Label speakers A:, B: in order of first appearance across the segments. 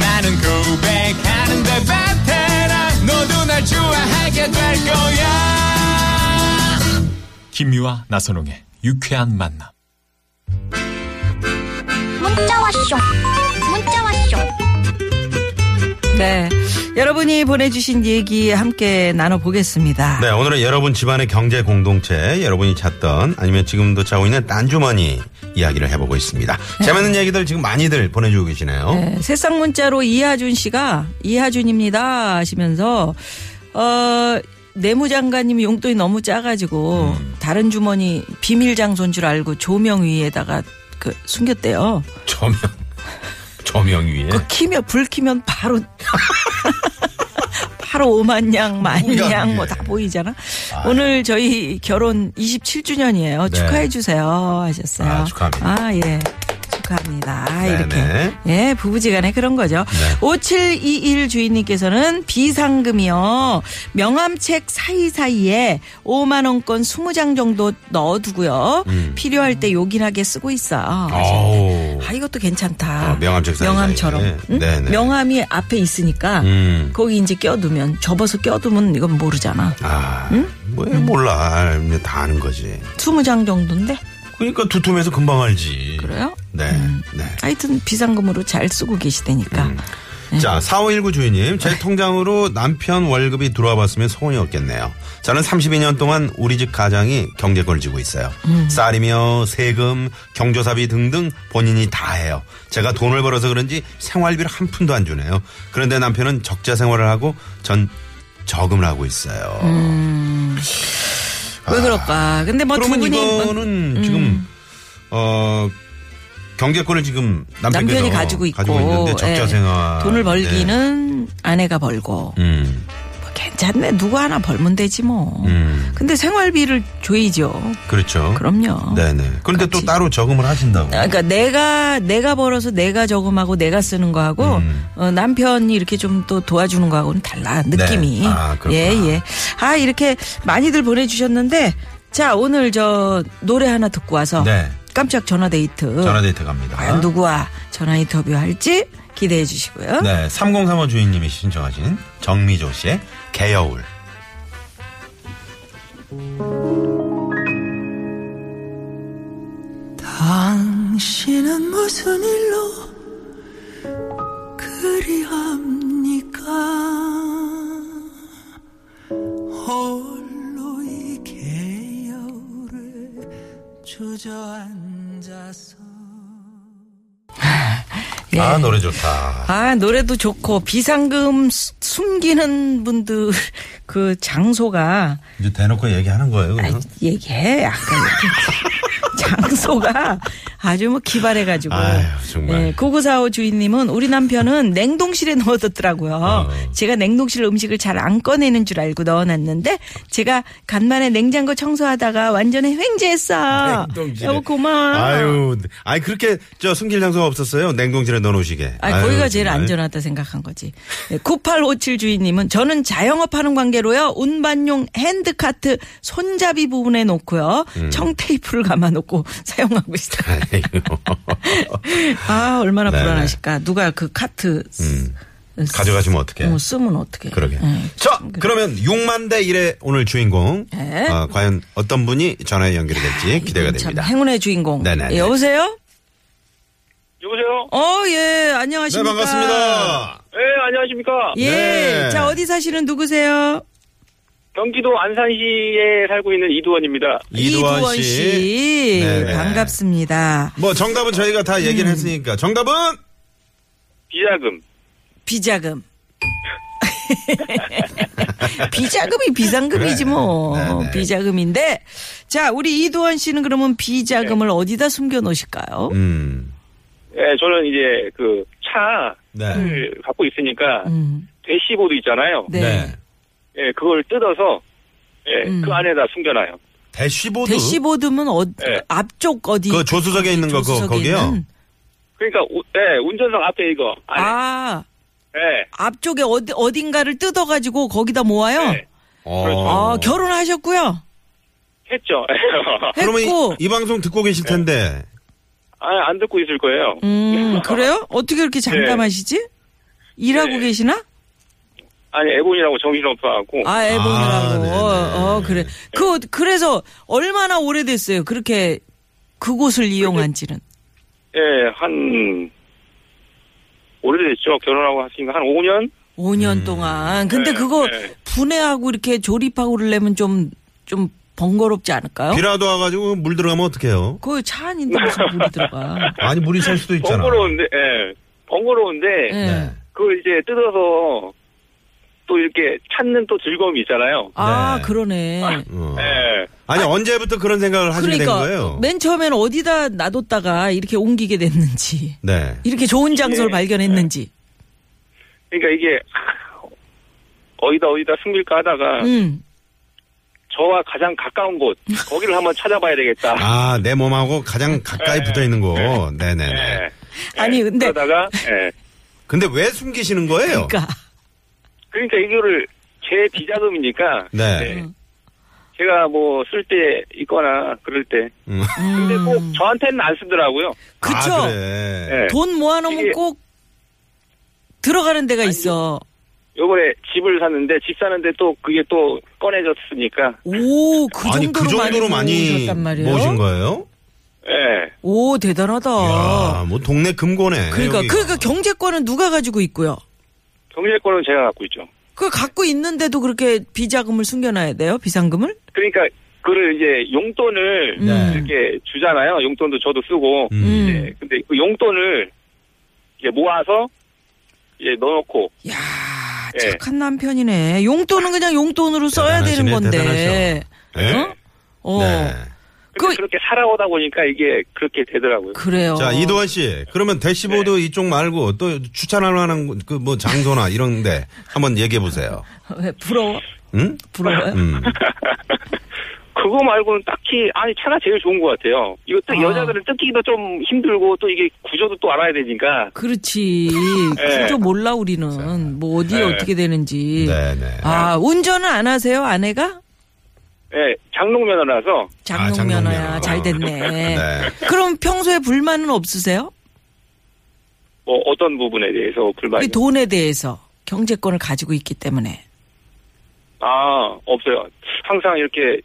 A: 나는 고백하는데 베테랑 너도 날 좋아하게 될 거야
B: 김미화 나선홍의 유쾌한 만남.
C: 문자 왔쇼 문자 왔쇼
D: 네. 여러분이 보내주신 얘기 함께 나눠보겠습니다.
E: 네, 오늘은 여러분 집안의 경제 공동체, 여러분이 찾던 아니면 지금도 찾고 있는 딴주머니 이야기를 해보고 있습니다. 재밌는 얘기들 지금 많이들 보내주고 계시네요.
D: 네, 새싹 문자로 이하준 씨가 이하준입니다 하시면서 어 내무장관님이 용돈이 너무 작아지고 다른 주머니 비밀 장소인 줄 알고 조명 위에다가 그 숨겼대요.
E: 조명, 조명 위에.
D: 그 키면 불 키면 바로 바로 오만냥 만냥
E: 예.
D: 뭐 다 보이잖아. 오늘 저희 결혼 27주년이에요.
E: 네.
D: 축하해 주세요 하셨어요.
E: 아, 축하합니다.
D: 아, 예. 축하합니다. 아, 이렇게.
E: 네네.
D: 예, 부부지간에 그런 거죠.
E: 네.
D: 5721 주인님께서는 비상금이요. 명함책 사이사이에 5만원권 20장 정도 넣어두고요. 필요할 때 요긴하게 쓰고 있어.
E: 음. 어우.
D: 아 이것도 괜찮다.
E: 뭐. 어, 명함책 사이사이에.
D: 명함처럼. 응?
E: 네네.
D: 명함이 앞에 있으니까
E: 음.
D: 거기 이제 껴두면 접어서 껴두면 이건 모르잖아.
E: 아, 뭐 몰라. 알면 다 아는 거지.
D: 스무 장 정도인데
E: 그러니까 두툼해서 금방 알지.
D: 그래요? 음.
E: 네, 네.
D: 하여튼 비상금으로 잘 쓰고 계시다니까.
E: 음.
D: 네.
E: 자, 4519 주인님, 제 통장으로 남편 월급이 들어와 봤으면 소원이 없겠네요. 저는 32년 동안 우리 집 가장이 경제권을 쥐고 있어요.
D: 음.
E: 쌀이며 세금, 경조사비 등등 본인이 다 해요. 제가 돈을 벌어서 그런지 생활비를 한 푼도 안 주네요. 그런데 남편은 적자 생활을 하고 전 저금을 하고 있어요.
D: 왜 그럴까? 근데 뭐 음. 두
E: 아. 그러면
D: 분이 음.
E: 이거는 지금 어 경제권을 지금 남편께서
D: 남편이 가지고 있고
E: 있는데 적자
D: 예.
E: 생활
D: 돈을 벌기는 아내가 벌고
E: 네. 음.
D: 뭐 괜찮네 누구 하나 벌면 되지 뭐.
E: 음.
D: 근데 생활비를 줘야죠.
E: 그렇죠.
D: 그럼요.
E: 네네. 그런데 또
D: 어, 같이.
E: 따로 저금을 하신다고.
D: 아, 그러니까 내가 내가 벌어서 내가 저금하고 내가 쓰는 거하고
E: 음.
D: 어, 남편이 이렇게 좀 또 도와주는 거하고는 달라 느낌이
E: 네. 아, 그렇구나.
D: 예 예. 아 이렇게 많이들 보내주셨는데 자 오늘 저 노래 하나 듣고 와서
E: 네.
D: 깜짝 전화 데이트
E: 전화데이트 갑니다.
D: 과연 누구와 전화 인터뷰 할지 기대해 주시고요.
E: 네. 3035 주인님이 신청하신 정미조 씨의 개여울.
F: 당신은 무슨 일로 그리합니까? 홀로 이 개여울에 주저앉아서
D: 예.
E: 아, 노래 좋다.
D: 아, 노래도 좋고 비상금 수- 숨기는 분들 그 장소가
E: 이제 대놓고 얘기하는 거예요. 그냥?
D: 얘기해. 아까 얘기했지. 장소가 아주 뭐 기발해가지고.
E: 아유, 정말.
D: 9945 주인님은 우리 남편은 냉동실에 넣어뒀더라고요. 제가 냉동실 음식을 잘 안 꺼내는 줄 알고 넣어놨는데 제가 간만에 냉장고 청소하다가 완전히 횡재했어.
E: 아, 냉동실에.
D: 여보 고마워.
E: 아유, 아니 그렇게 저 숨길 장소가 없었어요. 냉동실에 넣어놓으시게.
D: 아,
E: 아유,
D: 거기가 제일
E: 정말.
D: 안전하다 생각한 거지. 9857 주인님은 저는 자영업하는 관계로요. 운반용 핸드카트 손잡이 부분에 놓고요.
E: 음.
D: 청테이프를 감아놓고 사용하고 있어요.
E: 아이고.
D: 아 얼마나
E: 네네. 음.
D: 불안하실까. 누가 그 카트 쓰- 쓰-
E: 가져가시면 어떡해.
D: 뭐 쓰면 네. 어떻게?
E: 그러게. 자, 그러면 6만 대 1의 오늘 주인공.
D: 네. 아,
E: 어, 과연 어떤 분이 전화에 연결이 될지 기대가 됩니다.
D: 행운의 주인공. 예,
E: 네네네.
D: 여보세요?
G: 여보세요?
D: 어, 예, 안녕하십니까.
G: 예, 안녕하십니까.
D: 예.
E: 네.
D: 자, 어디 사시는 누구세요?
G: 경기도 안산시에 살고 있는 이두원입니다.
D: 이두원 씨.
E: 네네.
D: 반갑습니다.
E: 뭐 정답은 저희가 다
D: 음.
E: 얘기를 했으니까 정답은
G: 비자금.
D: 비자금. 비자금이 비상금이지
E: 그래.
D: 뭐
E: 네네.
D: 비자금인데 자 우리 이두원 씨는 그러면 비자금을 어디다 숨겨 놓으실까요?
E: 음.
G: 예, 저는 이제 그 차를
E: 네.
G: 갖고 있으니까
D: 음.
G: 대시보드 있잖아요.
D: 네.
G: 예, 그걸 뜯어서 예,
D: 음.
G: 그 안에다 숨겨놔요.
E: 대시보드.
D: 대시보드면 어,
G: 네.
D: 앞쪽 어디?
E: 그 조수석에 있는 거, 그거,
D: 조수석에
E: 거기요?
D: 있는?
G: 그러니까 우- 예, 운전석 앞에 이거 안에
D: 아,
G: 예,
D: 앞쪽에 어디, 어딘가를 뜯어가지고 거기다 모아요?
G: 예,
E: 어.
D: 아, 결혼하셨고요?
G: 했죠.
E: 그러면
D: 했고. 네.
E: 이, 이 방송 듣고 계실 텐데.
G: 아, 안 듣고 있을 거예요.
D: 음, 그래요? 어떻게 이렇게 장담하시지? 일하고
G: 네.
D: 계시나?
G: 아니 애본이라고 정신없어하고
D: 아, 애봉이라고.
E: 아, 네네.
D: 어, 어, 그래. 그, 그래서 얼마나 오래됐어요? 그렇게 그곳을 이용한 지는.
G: 예, 한 오래됐죠. 결혼하고 하시니까 한 5년?
D: 5년
E: 음.
D: 동안. 근데
G: 네,
D: 그거
G: 네.
D: 분해하고 이렇게 조립하고 그러려면 좀, 좀 번거롭지 않을까요?
E: 비라도 와가지고 물 들어가면 어떡해요?
D: 그 차 안인데 무슨 물이 들어가.
E: 아니, 물이 셀 수도 있잖아.
G: 번거로운데, 예, 번거로운데
D: 네.
E: 네.
G: 그걸 이제 뜯어서 또 이렇게 찾는 또 즐거움이 있잖아요.
D: 아,
E: 네.
D: 그러네.
E: 어.
G: 예.
E: 아니, 언제부터 그런 생각을 하시게 된
D: 그러니까
E: 거예요?
D: 맨 처음엔 어디다 놔뒀다가 이렇게 옮기게 됐는지,
E: 네.
D: 이렇게 좋은 장소를
G: 예.
D: 발견했는지.
G: 그러니까 이게 어디다 어디다 숨길까 하다가
D: 음.
G: 저와 가장 가까운 곳 거기를 한번 찾아봐야 되겠다.
E: 아, 내 몸하고 가장 가까이
D: 네.
E: 붙어 있는 거. 네네네.
G: 예.
D: 아니, 근데
G: 그러다가 예.
E: 근데 왜 숨기시는 거예요?
D: 그러니까
G: 그러니까 이거를 제 비자금이니까
E: 네.
G: 예. 제가 뭐 쓸 때 있거나 그럴 때
E: 음.
G: 근데 꼭 저한테는 안 쓰더라고요.
D: 그쵸? 네.
E: 아, 그래.
G: 예.
D: 돈 모아놓으면
G: 이게-
D: 꼭 들어가는 데가 있어.
G: 요번에 집을 샀는데 집 사는데 또 그게 또 꺼내졌으니까
D: 오, 그 정도로,
E: 아니, 그 정도로 많이
D: 모으셨단 말이에요.
E: 모으신 거예요?
G: 예.
D: 오, 대단하다.
E: 이야, 뭐 동네 금고네.
D: 그러니까,
E: 여기가.
D: 그러니까 경제권은 누가 가지고 있고요?
G: 경제권은 제가 갖고 있죠.
D: 그걸 갖고 있는데도 그렇게 비자금을 숨겨놔야 돼요? 비상금을?
G: 그러니까 그를 이제 용돈을
D: 네.
G: 이렇게 주잖아요. 용돈도 저도 쓰고.
E: 음.
G: 예, 근데 그 용돈을 이제 모아서 이제 넣어놓고
D: 야
G: 예.
D: 착한 남편이네. 용돈은 그냥 용돈으로 써야 되는
E: 대단하시네,
D: 건데.
E: 예?
D: 어?
E: 네.
G: 근데
D: 그-
G: 그렇게 살아오다 보니까 이게 그렇게 되더라고요.
D: 그래요.
E: 자, 이도환 씨. 그러면 대시보드
D: 네.
E: 이쪽 말고 또 추천할 만한 그 뭐 장소나 이런 데 한번 얘기해 보세요.
D: 왜 부러워?
E: 응?
D: 부러워요?
E: 음.
G: 그거 말고는 딱히 아니 차가 제일 좋은 것 같아요. 이거 또
D: 아.
G: 여자들은 뜯기도 좀 힘들고 또 이게 구조도 또 알아야 되니까
D: 그렇지.
E: 네.
G: 예.
D: 구조 몰라 우리는. 뭐 어디에
G: 예.
D: 어떻게 되는지.
E: 네, 네.
D: 아, 운전은 안 하세요? 아내가?
G: 예, 장롱면허라서
E: 장롱
D: 장롱면허야.
E: 면허.
D: 잘 됐네.
E: 네.
D: 그럼 평소에 불만은 없으세요?
G: 뭐 어떤 부분에 대해서 불만이
D: 우리 돈에 대해서 경제권을 가지고 있기 때문에.
G: 아 없어요. 항상 이렇게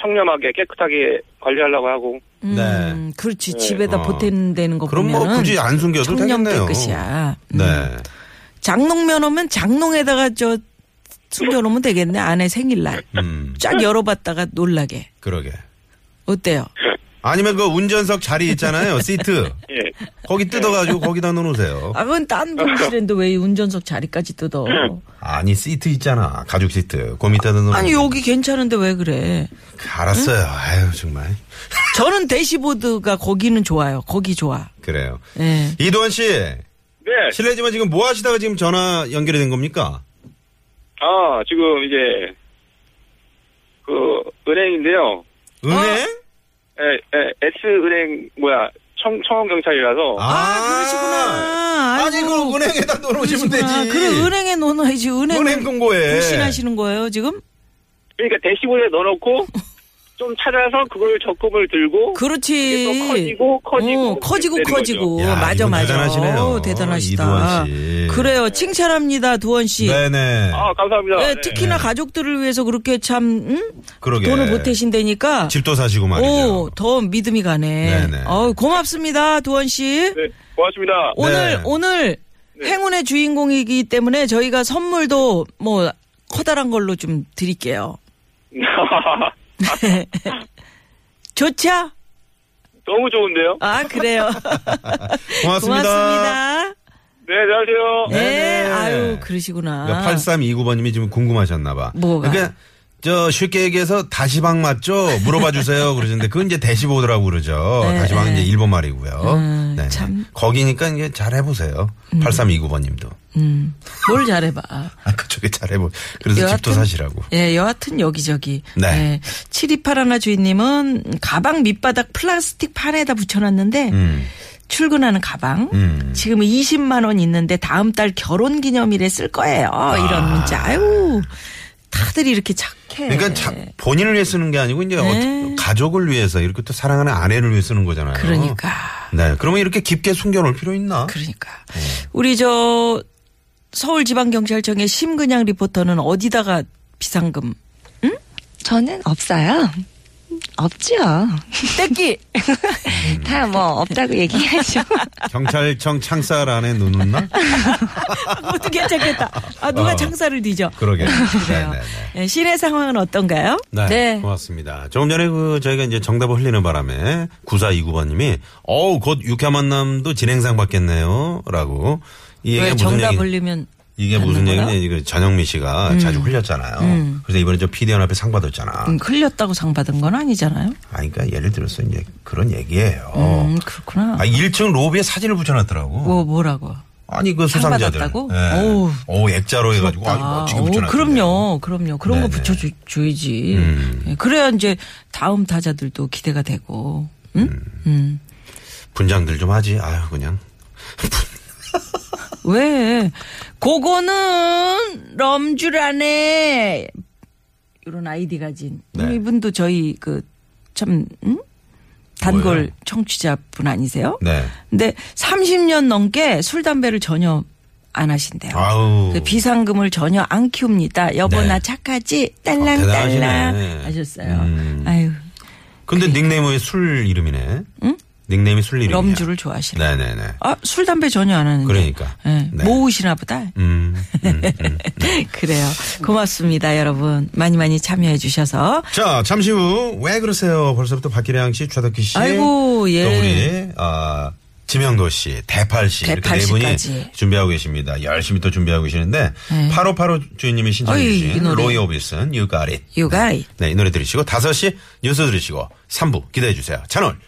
G: 청렴하게 깨끗하게 관리하려고 하고
D: 음,
E: 네.
D: 그렇지.
G: 네.
D: 집에다
E: 어.
D: 보탠되는 거
E: 그럼 뭐
D: 보면은
E: 굳이 안 숨겨도
D: 청렴
E: 되겠네요.
D: 깨끗이야. 음.
E: 네.
D: 장롱면허면 장롱에다가 저 숨겨놓으면 되겠네. 아내 생일날.
E: 음.
D: 쫙 열어봤다가 놀라게.
E: 그러게.
D: 어때요?
E: 아니면 그 운전석 자리 있잖아요. 시트.
G: 예.
E: 거기 뜯어가지고 거기다 넣어놓으세요.
D: 아, 그건 딴 분실인데 왜 이 운전석 자리까지 뜯어?
E: 아니, 시트 있잖아. 가죽 시트. 그 밑에다 넣어놓으세요.
D: 아니, 여기 괜찮은데 왜 그래?
E: 알았어요. 아유, 정말.
D: 저는 대시보드가 거기는 좋아요. 거기 좋아.
E: 그래요.
D: 예.
E: 이도환 씨.
G: 네.
E: 실례지만 지금 뭐 하시다가 지금 전화 연결이 된 겁니까?
G: 아 지금 이제 그 은행인데요.
E: 은행?
G: 에, 에, S 은행 뭐야 청 청원 경찰이라서
D: 아, 그러시구나.
E: 아니,
D: 아이고.
E: 그걸 은행에다 넣어놓으시면
D: 그러시구나.
E: 되지.
D: 그래, 은행에 넣어놔야지. 은행.
E: 은행 네. 금고에.
D: 불신하시는 거예요, 지금?
G: 그러니까 대시보드에 넣어놓고 좀 찾아서 그걸 적금을 들고
D: 그렇지.
G: 이게 또 커지고, 커지고,
D: 어, 커지고
G: 되는
D: 커지고.
E: 거죠. 야,
D: 맞아
E: 이분
D: 맞아.
E: 대단하시네요.
D: 어우, 대단하시다.
E: 이두원 씨.
D: 그래요. 칭찬합니다, 두원 씨.
E: 네네.
G: 아 감사합니다.
D: 예,
G: 네.
D: 특히나 가족들을 위해서 그렇게 참 음?
E: 그러게.
D: 돈을 보태신다니까.
E: 집도 사시고 말이죠.
D: 오, 더 믿음이 가네.
E: 네네.
D: 어우, 고맙습니다, 두원 씨.
G: 네, 고맙습니다.
E: 네.
D: 오늘 오늘 행운의 주인공이기 때문에 저희가 선물도 뭐 커다란 걸로 좀 드릴게요. 좋죠?
G: 너무 좋은데요?
D: 아, 그래요.
E: 고맙습니다.
D: 고맙습니다.
G: 네, 안녕하세요.
D: 네,
E: 네네.
D: 아유, 그러시구나.
E: 8329번님이 지금 그러니까 궁금하셨나봐.
D: 뭐가?
E: 그러니까 저 쉽게 얘기해서 다시방 맞죠? 물어봐 주세요. 그러시는데 그건 이제 대시보드라고 그러죠.
D: 네,
E: 다시방은
D: 네.
E: 이제 일본 말이고요.
D: 음,
E: 네.
D: 참. 음.
E: 거기니까 이제 잘 해보세요. 8329번님도
D: 뭘 잘해봐.
E: 아 그쪽에 잘 해보. 그래서 집도 사시라고.
D: 예, 여하튼 여기저기.
E: 네.
D: 예. 7281 주인님은 가방 밑바닥 플라스틱 판에다 붙여놨는데
E: 음.
D: 출근하는 가방.
E: 음.
D: 지금 20만 원 있는데 다음 달 결혼 기념일에 쓸 거예요. 이런 문자. 아유. 다들 이렇게 착해.
E: 아. 그러니까 자-
D: 네.
E: 본인을 위해 쓰는 게 아니고 이제 어떻게 가족을 위해서 이렇게 또 사랑하는 아내를 위해 쓰는 거잖아요.
D: 그러니까.
E: 네. 그러면 이렇게 깊게 숨겨놓을 필요 있나?
D: 그러니까
E: 어.
D: 우리 저 서울지방경찰청의 심근양 리포터는 어디다가 비상금
H: 저는 없어요. 없죠.
D: 떼기
H: 다 뭐 없다고 얘기하죠.
E: 경찰청 창살 안에 눈 웃나?
D: 것도 괜찮겠다. 아 누가
E: 어.
D: 창사를 뒤져.
E: 그러게.
D: 그래요.
E: 네, 네, 네.
D: 예, 시내 상황은 어떤가요?
E: 네, 고맙습니다. 조금 전에 그 저희가 이제 정답을 흘리는 바람에 9429번님이 어우 곧 육회 만남도 진행상 받겠네요라고 이 얘기가
D: 왜
E: 무슨
D: 정답
E: 얘기
D: 흘리면
E: 이게
D: 받는
E: 무슨
D: 거야?
E: 얘기냐 이거 전영미 씨가 자주 흘렸잖아요. 그래서 이번에 저 피디연 앞에 상 받았잖아.
D: 음, 흘렸다고 상 받은 건 아니잖아요.
E: 아니 그러니까 예를 들어서 이제 그런 얘기예요.
D: 음 그렇구나.
E: 아 1층 로비에 사진을 붙여놨더라고.
D: 뭐 뭐라고?
E: 아니 그
D: 상
E: 수상자들.
D: 받았다고?
E: 예.
D: 어우.
E: 오 액자로 해가지고 아주 멋지게
D: 오,
E: 붙여놨어.
D: 그럼요, 그럼요. 그런 거
E: 네네.
D: 붙여줘야지.
E: 음.
D: 예, 그래야 이제 다음 타자들도 기대가 되고. 응? 음.
E: 분장들 좀 하지. 아유 그냥.
D: 왜? 그거는 럼주라네. 이런 아이디 가진
E: 네.
D: 이분도 저희 그참 음? 단골
E: 뭐예요?
D: 청취자분 아니세요?
E: 네.
D: 근데 30년 넘게 술 담배를 전혀 안 하신대요.
E: 아우.
D: 그 비상금을 전혀 안 키웁니다. 여보
E: 네.
D: 나 착하지?
E: 아,
D: 딸랑딸랑
E: 대단하시네.
D: 하셨어요.
E: 음.
D: 아유
E: 근데 닉네임이 왜술 이름이네. 닉네임이 술 이름이야.
D: 럼주를 좋아하시네.
E: 네네네.
D: 아, 술 담배 전혀 안 하는데.
E: 그러니까.
D: 예,
E: 네.
D: 모으시나 보다.
E: 음,
D: 네.
E: 음, 음.
D: 그래요. 고맙습니다, 여러분. 많이 많이 참여해 주셔서.
E: 자, 잠시 후 왜 그러세요? 벌써부터 박기량 씨, 최덕기 씨,
D: 아이고, 예.
E: 또 우리 아 지명도 씨, 대팔 씨 이렇게
D: 대팔
E: 네 분이
D: 씨까지.
E: 준비하고 계십니다. 열심히 또 준비하고 계시는데
D: 네.
E: 8585 주인님이 신청해
D: 어이, 이
E: 주신
D: 노래.
E: 로이 오비슨 You Got It.
D: You Got It.
E: 네, 이 노래 들으시고 5시 뉴스 들으시고 3부 기대해 주세요. 채널